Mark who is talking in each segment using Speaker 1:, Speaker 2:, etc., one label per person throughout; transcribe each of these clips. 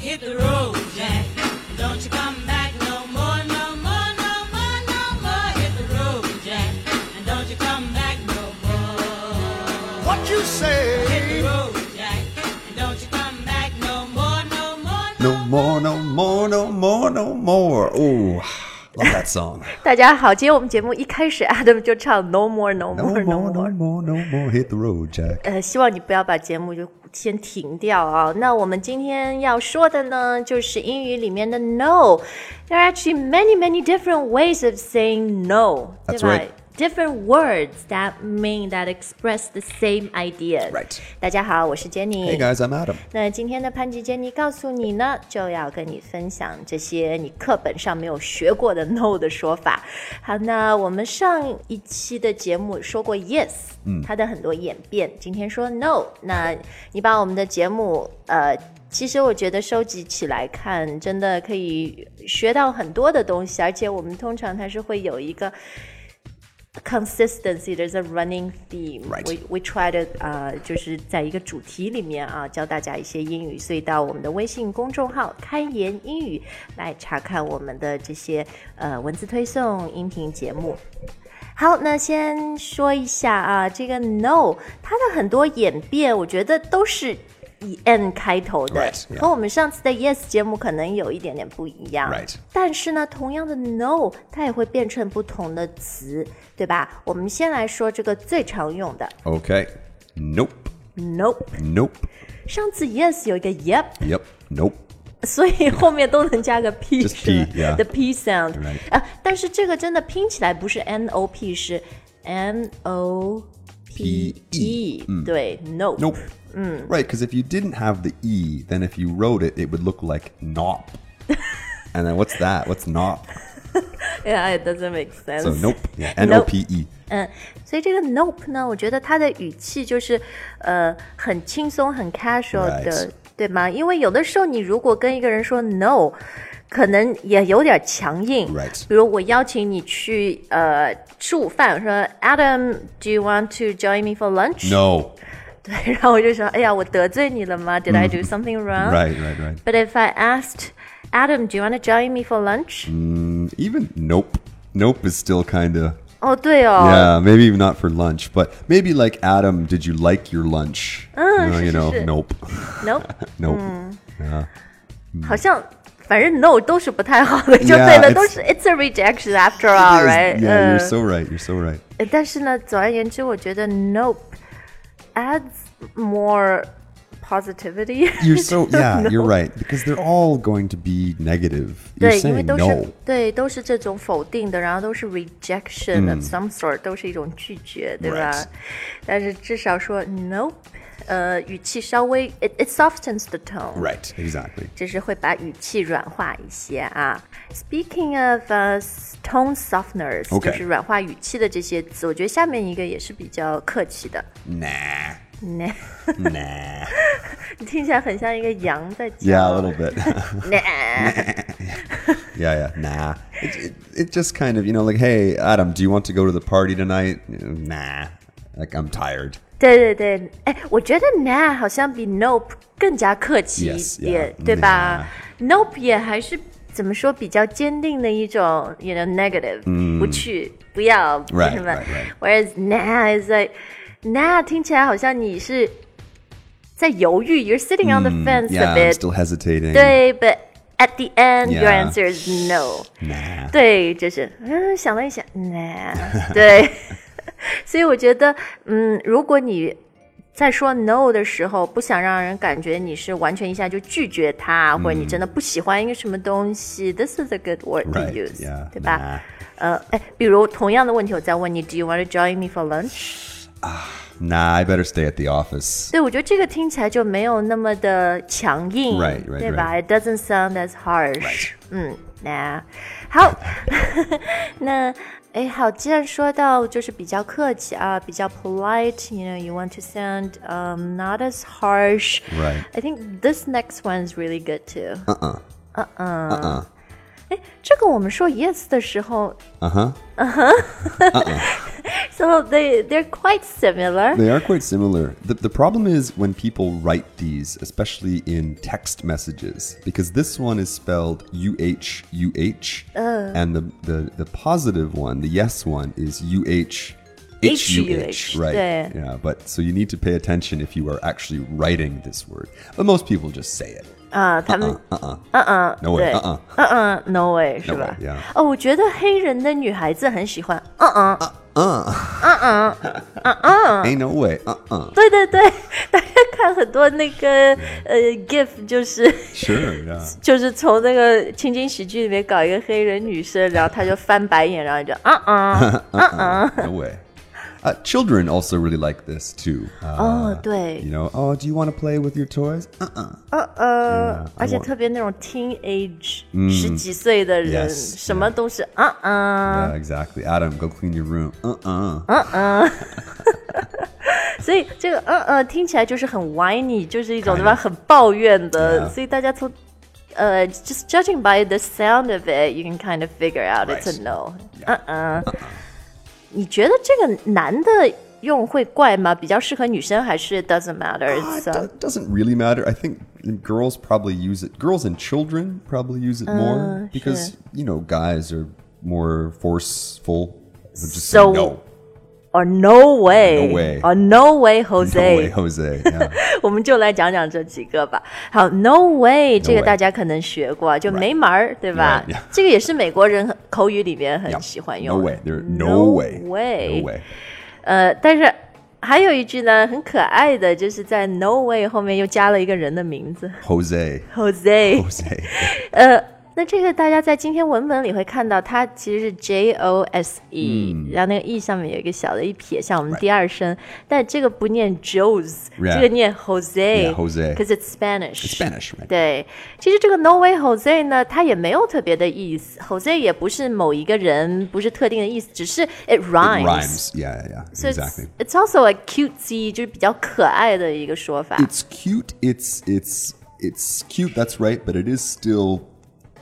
Speaker 1: hit the road, Jack. Don't you come back no more, no more, no more, no more. Hit the road, Jack. And don't you come back no more.
Speaker 2: What you
Speaker 1: Hit the
Speaker 2: say?
Speaker 1: road, Jack. And don't you come back no more, no more,
Speaker 3: No more, no more, no more, no more. Ooh, love that song.
Speaker 4: 大家好，今天我们节目一开始，Adam 就唱 No More No
Speaker 3: No more,
Speaker 4: More No
Speaker 3: no
Speaker 4: More。
Speaker 3: more, no more. Hit the road, Jack.
Speaker 4: 呃，希望你不要把节目就先停掉啊。那我们今天要说的呢，就是英语里面的 no。There are actually many, many different ways of saying no，对
Speaker 3: That's
Speaker 4: 吧
Speaker 3: right.
Speaker 4: ？Different words that mean that express the same idea.
Speaker 3: Right.
Speaker 4: 大家好，我是 Jenny。
Speaker 3: Hey guys, I'm Adam.
Speaker 4: 那今天的潘吉珍妮告诉你呢，就要跟你分享这些你课本上没有学过的 no 的说法。好，那我们上一期的节目说过 yes，嗯，它的很多演变，今天说 no。那你把我们的节目，呃。其实我觉得收集起来看，真的可以学到很多的东西，而且我们通常它是会有一个 consistency. There's a running theme.
Speaker 3: Right.
Speaker 4: We we try to 呃，就是在一个主题里面啊，教大家一些英语，所以到我们的微信公众号“开言英语”来查看我们的这些呃文字推送、音频节目。好，那先说一下啊，这个 no 它的很多演变，我觉得都是以 n 开头的
Speaker 3: Right, yeah.
Speaker 4: 哦和我们上次的 yes 节目可能有一点点不一样。
Speaker 3: Right.
Speaker 4: 但是呢，同样的 no 它也会变成不同的词，对吧？我们先来说这个最常用的
Speaker 3: Okay. Nope.
Speaker 4: nope。
Speaker 3: Nope.
Speaker 4: 上次 yes 有一个 yep，
Speaker 3: Yep. Nope.
Speaker 4: 所以后面都能加个 p，
Speaker 3: Just
Speaker 4: 是吧
Speaker 3: p，yeah
Speaker 4: the p sound
Speaker 3: Right。
Speaker 4: 啊，但是这个真的拼起来不是 n o p，是 n o p e。对，nope。
Speaker 3: 嗯 Nope. Right, because if you didn't have the E, then if you wrote it, it would look like nop. and then what's that? What's nop?
Speaker 4: Yeah，it doesn't make sense。
Speaker 3: So nope. Yeah, N O P E.
Speaker 4: 嗯，所以这个 nope 呢，我觉得它的语气就是，呃，很轻松、很 casual 的
Speaker 3: Right
Speaker 4: 对吗？因为有的时候你如果跟一个人说 no，可能也有点强硬。
Speaker 3: Right
Speaker 4: 比如我邀请你去呃吃午饭，我说 Adam，do you want to join me for lunch？
Speaker 3: No.
Speaker 4: 对，然后我就说，哎呀，我得罪你了吗？Did I do something wrong？
Speaker 3: Right, right, right.
Speaker 4: But if I asked Adam，do you want to join me for lunch？
Speaker 3: Mm Even nope. Nope is still kind of
Speaker 4: 哦，对哦。
Speaker 3: Yeah, maybe even not for lunch, but maybe like Adam, did you like your lunch? no,
Speaker 4: sure,
Speaker 3: you
Speaker 4: sure,
Speaker 3: know,
Speaker 4: sure.
Speaker 3: nope,
Speaker 4: Nope。
Speaker 3: nope.
Speaker 4: 好像反正 no 都是不太好的，就
Speaker 3: Yeah,
Speaker 4: 对了，
Speaker 3: it's-
Speaker 4: 都是 it's a rejection after
Speaker 3: It
Speaker 4: all,
Speaker 3: is-
Speaker 4: right？uh.
Speaker 3: Yeah, you're
Speaker 4: 嗯
Speaker 3: so right. You're so right.
Speaker 4: 呃但是呢，总而言之，我觉得 nope adds more positivity。
Speaker 3: You're so yeah. You're right because they're all going to be negative. You're
Speaker 4: 对，因为
Speaker 3: saying
Speaker 4: 都是
Speaker 3: no.
Speaker 4: 对，都是这种否定的，然后都是 rejection of some sort，、都是一种拒绝，对吧
Speaker 3: Mm. Right
Speaker 4: 但是至少说 nope，呃，语气稍微 it it softens the tone。
Speaker 3: Right. Exactly.
Speaker 4: 就是会把语气软化一些啊。Speaking of、tone uh, softeners，、
Speaker 3: OK
Speaker 4: 就是软化语气的这些词，我觉得下面一个也是比较客气的，
Speaker 3: Nah.
Speaker 4: 那
Speaker 3: Nah.
Speaker 4: 听起来很像一个羊在叫。
Speaker 3: Yeah, a little bit.
Speaker 4: 那
Speaker 3: yeah, yeah. Nah. It, it, it just kind of you know like hey Adam, do you want to go to the party tonight? Nah. Like I'm tired.
Speaker 4: 对对对，哎，我觉得 na 好像比 nope 更加客气一
Speaker 3: Yes，
Speaker 4: 点
Speaker 3: yeah，
Speaker 4: 对吧、n o p e 也还是怎么说比较坚定的一种，you know negative，、不去，不要，不
Speaker 3: Right，
Speaker 4: 什么
Speaker 3: right，right
Speaker 4: Whereas na is like na 听起来好像你是在犹豫，you're sitting on the fence
Speaker 3: Yeah,
Speaker 4: a
Speaker 3: I'm Mm，
Speaker 4: bit，
Speaker 3: still hesitating.
Speaker 4: 对，but at the end your
Speaker 3: Yeah
Speaker 4: answer is no。
Speaker 3: Nah.
Speaker 4: 对，就是嗯，想了一想，嗯，对， 所以我觉得，嗯，如果你在说 no 的时候，不想让人感觉你是完全一下就拒绝他，
Speaker 3: 嗯
Speaker 4: 或者你真的不喜欢一个什么东西，this is a good word to
Speaker 3: Right,
Speaker 4: use，、
Speaker 3: yeah,
Speaker 4: 对吧
Speaker 3: nah
Speaker 4: 呃，哎，比如同样的问题，我再问你，Do you want to join me for lunch？
Speaker 3: Nah. I better stay at the office.
Speaker 4: 对，我觉得这个听起来就没有那么的强硬
Speaker 3: Right, right,
Speaker 4: 对吧
Speaker 3: right.
Speaker 4: ？It doesn't sound as harsh. 嗯，那好， 那哎好，既然说到就是比较客气啊，比较 polite，you know you want to sound um not as harsh.
Speaker 3: Right.
Speaker 4: I think this next one is really good too.
Speaker 3: Uh-uh。
Speaker 4: Uh-uh。
Speaker 3: 嗯 Uh-huh。
Speaker 4: 哎，这个我们说 yes 的时候，
Speaker 3: Uh-uh。嗯哼，
Speaker 4: Uh-huh。 So they they're quite similar.
Speaker 3: They are quite similar. The, the problem is when people write these, especially in text messages, because this one is spelled UHUH,
Speaker 4: Uh.
Speaker 3: and the, the, the positive one, the yes one, is UH.
Speaker 4: HUH,
Speaker 3: right?
Speaker 4: yeah.
Speaker 3: Yeah, but so you need to pay attention if you are actually writing this word. But most people just say it. Uh-uh,
Speaker 4: 啊，他们
Speaker 3: No way.
Speaker 4: 对
Speaker 3: Uh uh
Speaker 4: 嗯嗯，no way 是吧
Speaker 3: way, yeah.？
Speaker 4: 哦，我觉得黑人的女孩子很喜欢，嗯嗯，
Speaker 3: Ain't no way. Uh uh
Speaker 4: 对对 对，大家看很多那个呃 gif 就是。
Speaker 3: Sure. Yeah.
Speaker 4: 就是从那个情景喜剧里面搞一个黑人女生，然后她就翻白眼，然后就啊啊，
Speaker 3: No way. Uh, children also really like this too. Uh,
Speaker 4: 哦对
Speaker 3: You know, oh, do you want to play with your toys? Uh uh
Speaker 4: Uh-uh. 呃，而且
Speaker 3: want-
Speaker 4: 特别那种 teenage 十几岁的人，
Speaker 3: Yes，
Speaker 4: 什么都是啊啊，
Speaker 3: Yeah, exactly. Adam, go clean your room. Uh uh
Speaker 4: 所以这个嗯嗯听起来就是很 whiny，就是一种对吧，很抱怨的，
Speaker 3: Yeah
Speaker 4: 所以大家从。呃、j u s t judging by the sound of it, you can kind of figure out it's a
Speaker 3: Right.
Speaker 4: no. 嗯嗯，你觉得这个男的用会怪吗？比较适合女生，还是 doesn't matter?
Speaker 3: It
Speaker 4: It's a-
Speaker 3: do- doesn't really matter. I think girls probably use it. Girls and children probably use it
Speaker 4: Uh,
Speaker 3: more because you know guys are more forceful. They'll Just say
Speaker 4: So-
Speaker 3: no,
Speaker 4: or no way,
Speaker 3: No way.
Speaker 4: or no way,
Speaker 3: no
Speaker 4: Jose.
Speaker 3: way, Jose. Yeah.
Speaker 4: 我们就来讲讲这几个吧。好，no way，这个
Speaker 3: way
Speaker 4: 大家可能学过，就没门儿，对吧
Speaker 3: Right, yeah.？
Speaker 4: 这个也是美国人很口语里面很
Speaker 3: Yeah.
Speaker 4: 喜欢
Speaker 3: no
Speaker 4: 用的
Speaker 3: way. There, no,
Speaker 4: No
Speaker 3: way.
Speaker 4: way.
Speaker 3: No way.
Speaker 4: 呃，但是还有一句呢，很可爱的，就是在 no way 后面又加了一个人的名字
Speaker 3: Jose.
Speaker 4: Jose。
Speaker 3: Jose.
Speaker 4: 呃，那这个大家在今天文本里会看到，它其实是 J O S E，、
Speaker 3: 嗯
Speaker 4: 然后那个 E 上面有一个小的一撇，像我们第二声但这个不念 Joes，、
Speaker 3: Yeah
Speaker 4: 这个念 Jose，
Speaker 3: Yeah, Jose
Speaker 4: c a u s e it's Spanish。
Speaker 3: It's Spanish, right?
Speaker 4: 对，其实这个 No way Jose 呢，它也没有特别的意思，Jose 也不是某一个人，不是特定的意思，只是 it
Speaker 3: It
Speaker 4: rhymes，,
Speaker 3: rhymes. Yeah, yeah, yeah.
Speaker 4: So
Speaker 3: exactly.
Speaker 4: It's, it's also a cutesy，就是比较可爱的一个说法。
Speaker 3: it's cute. It's it's it's cute. That's right, but it is still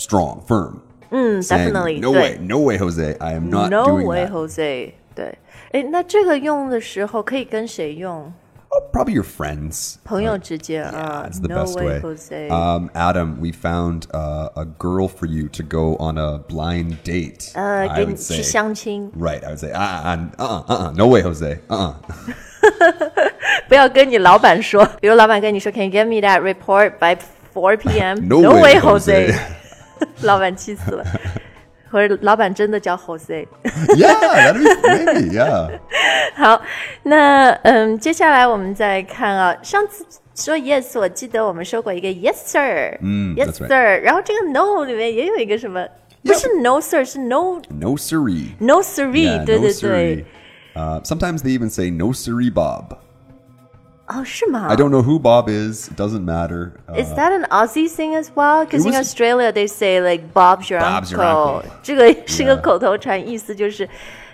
Speaker 3: strong, firm. saying,
Speaker 4: 嗯 definitely,
Speaker 3: No
Speaker 4: 对
Speaker 3: way, no way, Jose. I am not
Speaker 4: no
Speaker 3: doing
Speaker 4: way
Speaker 3: that.
Speaker 4: Jose，对，哎，那这个用的时候可以跟谁用？
Speaker 3: Oh, probably your friends.
Speaker 4: 朋友之间啊
Speaker 3: That's the
Speaker 4: ，No
Speaker 3: best
Speaker 4: way
Speaker 3: way.
Speaker 4: Jose，
Speaker 3: Um, Adam, we found uh, a girl for you to go on a blind date.
Speaker 4: 呃，
Speaker 3: I
Speaker 4: 给你
Speaker 3: would
Speaker 4: 去
Speaker 3: say.
Speaker 4: 相亲，
Speaker 3: Right, I would say, uh, uh, uh, uh, uh, no way, Jose. Uh, uh
Speaker 4: 不要跟你老板说，比如老板跟你说，Can you get me that report by 4 p.m.？
Speaker 3: No
Speaker 4: way
Speaker 3: way,
Speaker 4: Jose，
Speaker 3: Jose
Speaker 4: 老板气死了，或者老板真的叫 Jose。
Speaker 3: yeah, that'd be, maybe, yeah.
Speaker 4: 好，那嗯，接下来我们再看啊，上次说 yes，我记得我们说过一个 yes sir，嗯 yes
Speaker 3: that's right
Speaker 4: sir，然后这个 no 里面也有一个什么，不
Speaker 3: Yes
Speaker 4: 是 no sir，是 no
Speaker 3: No siree.
Speaker 4: no siree，
Speaker 3: Yeah,
Speaker 4: 对
Speaker 3: no
Speaker 4: 对
Speaker 3: siree.
Speaker 4: 对，
Speaker 3: Uh, sometimes they even say no siree, Bob.
Speaker 4: 哦，是吗
Speaker 3: I don't know who Bob is. It doesn't matter. Uh,
Speaker 4: Is that an Aussie thing as well? Because in
Speaker 3: was-
Speaker 4: Australia they say like Bob's your
Speaker 3: Bob's your
Speaker 4: uncle，
Speaker 3: uncle
Speaker 4: 这个是个
Speaker 3: Yeah
Speaker 4: 口头禅，意思就是，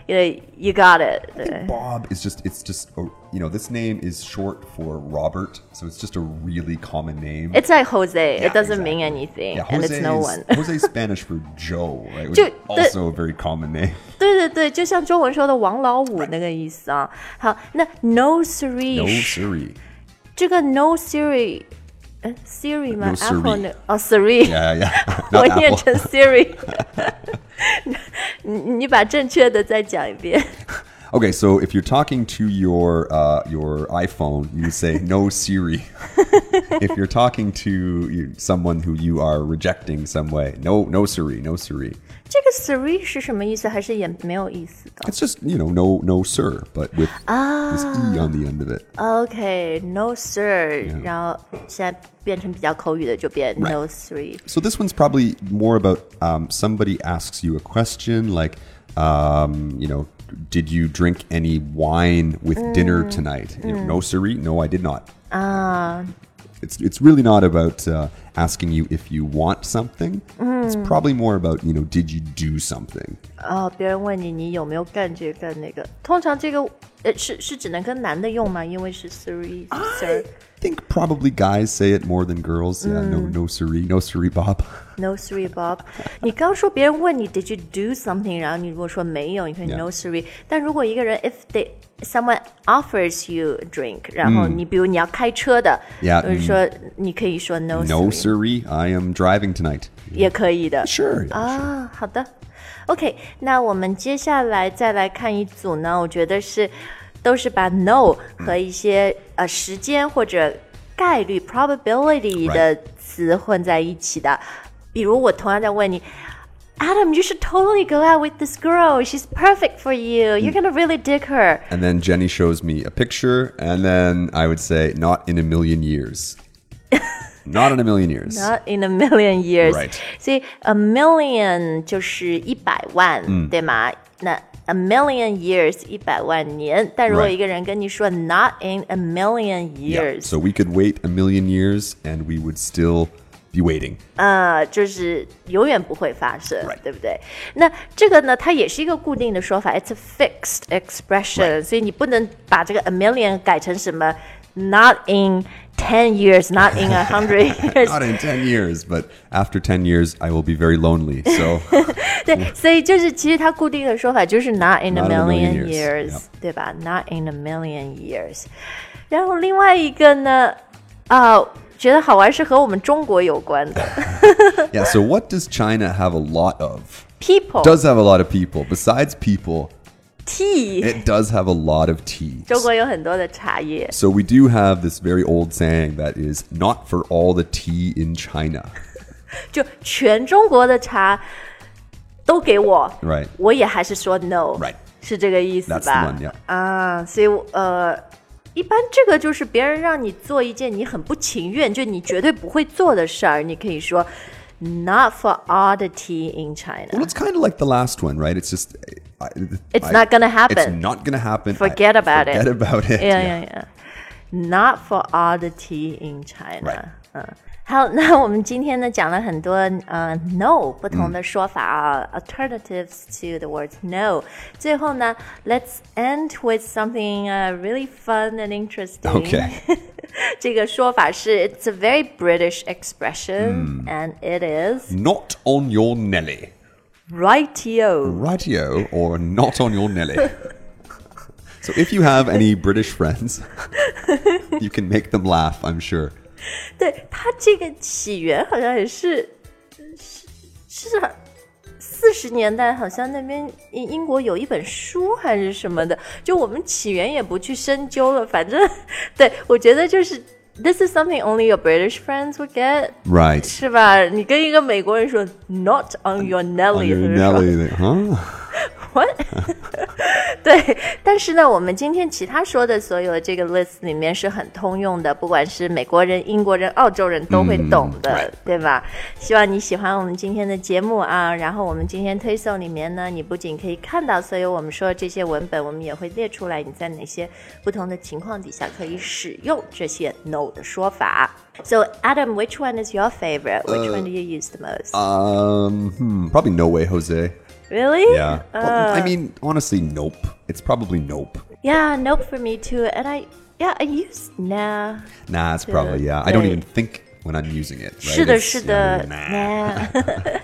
Speaker 4: 呃，you got it，对
Speaker 3: Bob is just it's just a, you know this name is short for Robert, so it's just a really common name.
Speaker 4: ，it's like Jose，it doesn't mean
Speaker 3: exactly.
Speaker 4: anything，and it's no
Speaker 3: is-
Speaker 4: one。
Speaker 3: Jose is Spanish for Joe, right? Which
Speaker 4: Dude,
Speaker 3: is
Speaker 4: the-
Speaker 3: also a very common name.
Speaker 4: 对对对，就像中文说的“王老五”那个意思啊。好，那 “no Siri”
Speaker 3: No Siri.
Speaker 4: 这个 “no Siri”，呃，Siri 吗
Speaker 3: No Siri
Speaker 4: ？Apple 那哦，Siri，、
Speaker 3: Yeah, yeah.
Speaker 4: 我
Speaker 3: Not
Speaker 4: 念
Speaker 3: Apple.
Speaker 4: 成 Siri。你 你把正确的再讲一遍。
Speaker 3: Okay, so if you're talking to your uh, your iPhone, you say no Siri. if you're talking to you, someone who you are rejecting some way, no no Siri, no Siri.
Speaker 4: 这个 Siri 是什么意思？还是也没有意思的
Speaker 3: It's just you know no no sir, but with this e on the end of it.
Speaker 4: ？OK，no、Sir，、然后现在变成比较口语的就变 no Siri。
Speaker 3: So this one's probably more about um, somebody asks you a question like, um, you know, did you drink any wine with dinner tonight? You know, no, siree. No, I did not. Ah. It's it's really not about uh, asking you if you want something, It's probably more about, you know, did you do something?
Speaker 4: 哦，别人问你你有没有干这个干那个，通常这个呃是是只能跟男的用吗？因为是 three sir
Speaker 3: think probably guys say it more than girls. Yeah, no, no siree, no siree, Bob.
Speaker 4: no three Bob。你刚说别人问你 did you do something，然后你如果说没有，你可以
Speaker 3: Yeah.
Speaker 4: no three。但如果一个人 if they someone offers you a drink，然后你比如你要开车的，
Speaker 3: Yeah，
Speaker 4: 就是说你可以说 no
Speaker 3: No
Speaker 4: three，
Speaker 3: siree, I am driving tonight. Ah.
Speaker 4: 也可以的。
Speaker 3: Sure. yeah,
Speaker 4: 啊，好的，OK，那我们接下来再来看一组呢，我觉得是都是把 no 和一些、呃时间或者概率 probability
Speaker 3: Right
Speaker 4: 的词混在一起的，比如我同样在问你。Adam, you should totally go out with this girl. She's perfect for you. You're gonna really dig her.
Speaker 3: And then Jenny shows me a picture, and then I would say, not in a million years. not in a million years.
Speaker 4: Not in a million years.
Speaker 3: Right.
Speaker 4: 所以 a million 就是一百万，
Speaker 3: 嗯
Speaker 4: 对吗？那 a million years 一百万年，但如果
Speaker 3: Right.
Speaker 4: 一个人跟你说 not in a million
Speaker 3: yeah.
Speaker 4: years，
Speaker 3: So we could wait a million years, and we would still be waiting.
Speaker 4: 呃，就是永远不会发生
Speaker 3: Right.
Speaker 4: 对不对？那这个呢，它也是一个固定的说法，it's a fixed expression，、所以你不能把这个 a million 改成什么 not in ten years，not in a hundred years，
Speaker 3: Not in 10 years, but after 10 years, I will be very lonely. So,
Speaker 4: 对，所以就是其实它固定的说法就是 not in a
Speaker 3: 嗯 Not in a
Speaker 4: million
Speaker 3: million
Speaker 4: years，
Speaker 3: years，
Speaker 4: 对吧？Not in a million years。然后另外一个呢，啊、觉得好玩是和我们中国有关 的
Speaker 3: yeah, so what does China have a lot of?
Speaker 4: people
Speaker 3: Does have a lot of people. Besides people,
Speaker 4: tea，
Speaker 3: it does have a lot of tea.
Speaker 4: 中国有很多的茶叶。
Speaker 3: So we do have this very old saying that is not for all the tea in China.
Speaker 4: 就全中国的茶都给我
Speaker 3: Right.
Speaker 4: 我也还是说 no，、
Speaker 3: Right.
Speaker 4: 是这个意思
Speaker 3: That's the
Speaker 4: 吧
Speaker 3: one, yeah.
Speaker 4: 啊，所以我呃，一般这个就是别人让你做一件你很不情愿，就你绝对不会做的事儿，你可以说 not for all the tea
Speaker 3: Well,
Speaker 4: in China，it's
Speaker 3: it's kind of like the last one, right? It's just I, I-
Speaker 4: not gonna
Speaker 3: It's
Speaker 4: happen，yeah
Speaker 3: not gonna happen.
Speaker 4: Forget about it.
Speaker 3: Forget about it.
Speaker 4: yeah yeah，not for all the tea in China，、
Speaker 3: Right.
Speaker 4: 嗯。好， 那我们今天呢讲了很多呃 no 不同的说法啊、a l t e r n a t i v e s to the word no。最后呢，let's end with something、uh, really fun and interesting。
Speaker 3: Okay.
Speaker 4: 这个说法是 it's a very British
Speaker 3: Mm。
Speaker 4: expression、and it is
Speaker 3: Not on your Nelly.
Speaker 4: rightio。
Speaker 3: Rightio or not on your Nelly. so if you have any British friends, you can make them laugh, I'm sure.
Speaker 4: 对，它这个起源好像也是是是四十年代，好像那边英英国有一本书还是什么的，就我们起源也不去深究了，反正对我觉得就是。This is something only your British friends would get，
Speaker 3: Right.
Speaker 4: 是吧？你跟一个美国人说 “Not on your
Speaker 3: On
Speaker 4: Nelly”，
Speaker 3: your
Speaker 4: 他就说
Speaker 3: Nelly, they- huh?
Speaker 4: What？对， 但是呢，我们今天其他说的所有的这个 list 里面是很通用的，不管是美国人、英国人、澳洲人都会懂的，对吧？希望你喜欢我们今天的节目啊。然后我们今天推送里面呢，你不仅可以看到所有我们说的这些文本，我们也会列出来你在哪些不同的情况底下可以使用这些 no 的说法。So Adam, which one is your favorite? Which one do you use the most?
Speaker 3: Um, hmm, probably no way, Jose.
Speaker 4: really?
Speaker 3: Yeah. Well, I mean, honestly, nope. It's probably nope.
Speaker 4: Yeah, nope for me too. And I, yeah, I use nah.
Speaker 3: Nah, it's probably yeah. I don't
Speaker 4: right.
Speaker 3: even think when I'm using it. Right?
Speaker 4: 是的，
Speaker 3: It's,
Speaker 4: 是
Speaker 3: yeah,
Speaker 4: 的
Speaker 3: nah.
Speaker 4: ，nah。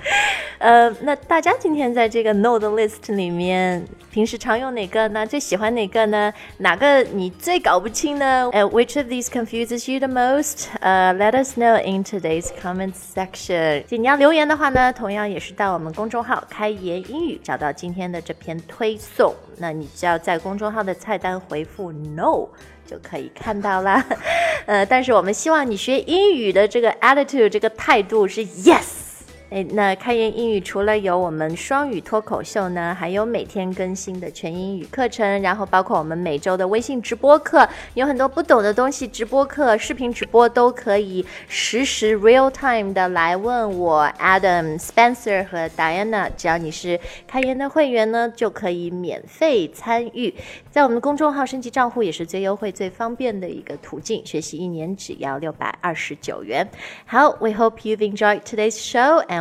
Speaker 4: 呃，那大家今天在这个 no 的 list 里面，平时常用哪个呢？最喜欢哪个呢？哪个你最搞不清呢？呃、w h i c h of these confuses you the most？呃、l e t us know in today's comment section。你要留言的话呢，同样也是到我们公众号“开言英语”找到今天的这篇推送，那你只要在公众号的菜单回复 no。就可以看到啦。 呃，但是我们希望你学英语的这个 attitude，这个态度是 yes。哎，那开言英语除了有我们双语脱口秀呢，还有每天更新的全英语课程，然后包括我们每周的微信直播课，有很多不懂的东西，直播课、视频直播都可以实时 real time 的来问我 Adam、Spencer 和 Diana，只要你是开言的会员呢，就可以免费参与。在我们公众号升级账户也是最优惠、最方便的一个途径，学习一年只要六百二十九元。好，We hope you've enjoyed today's show and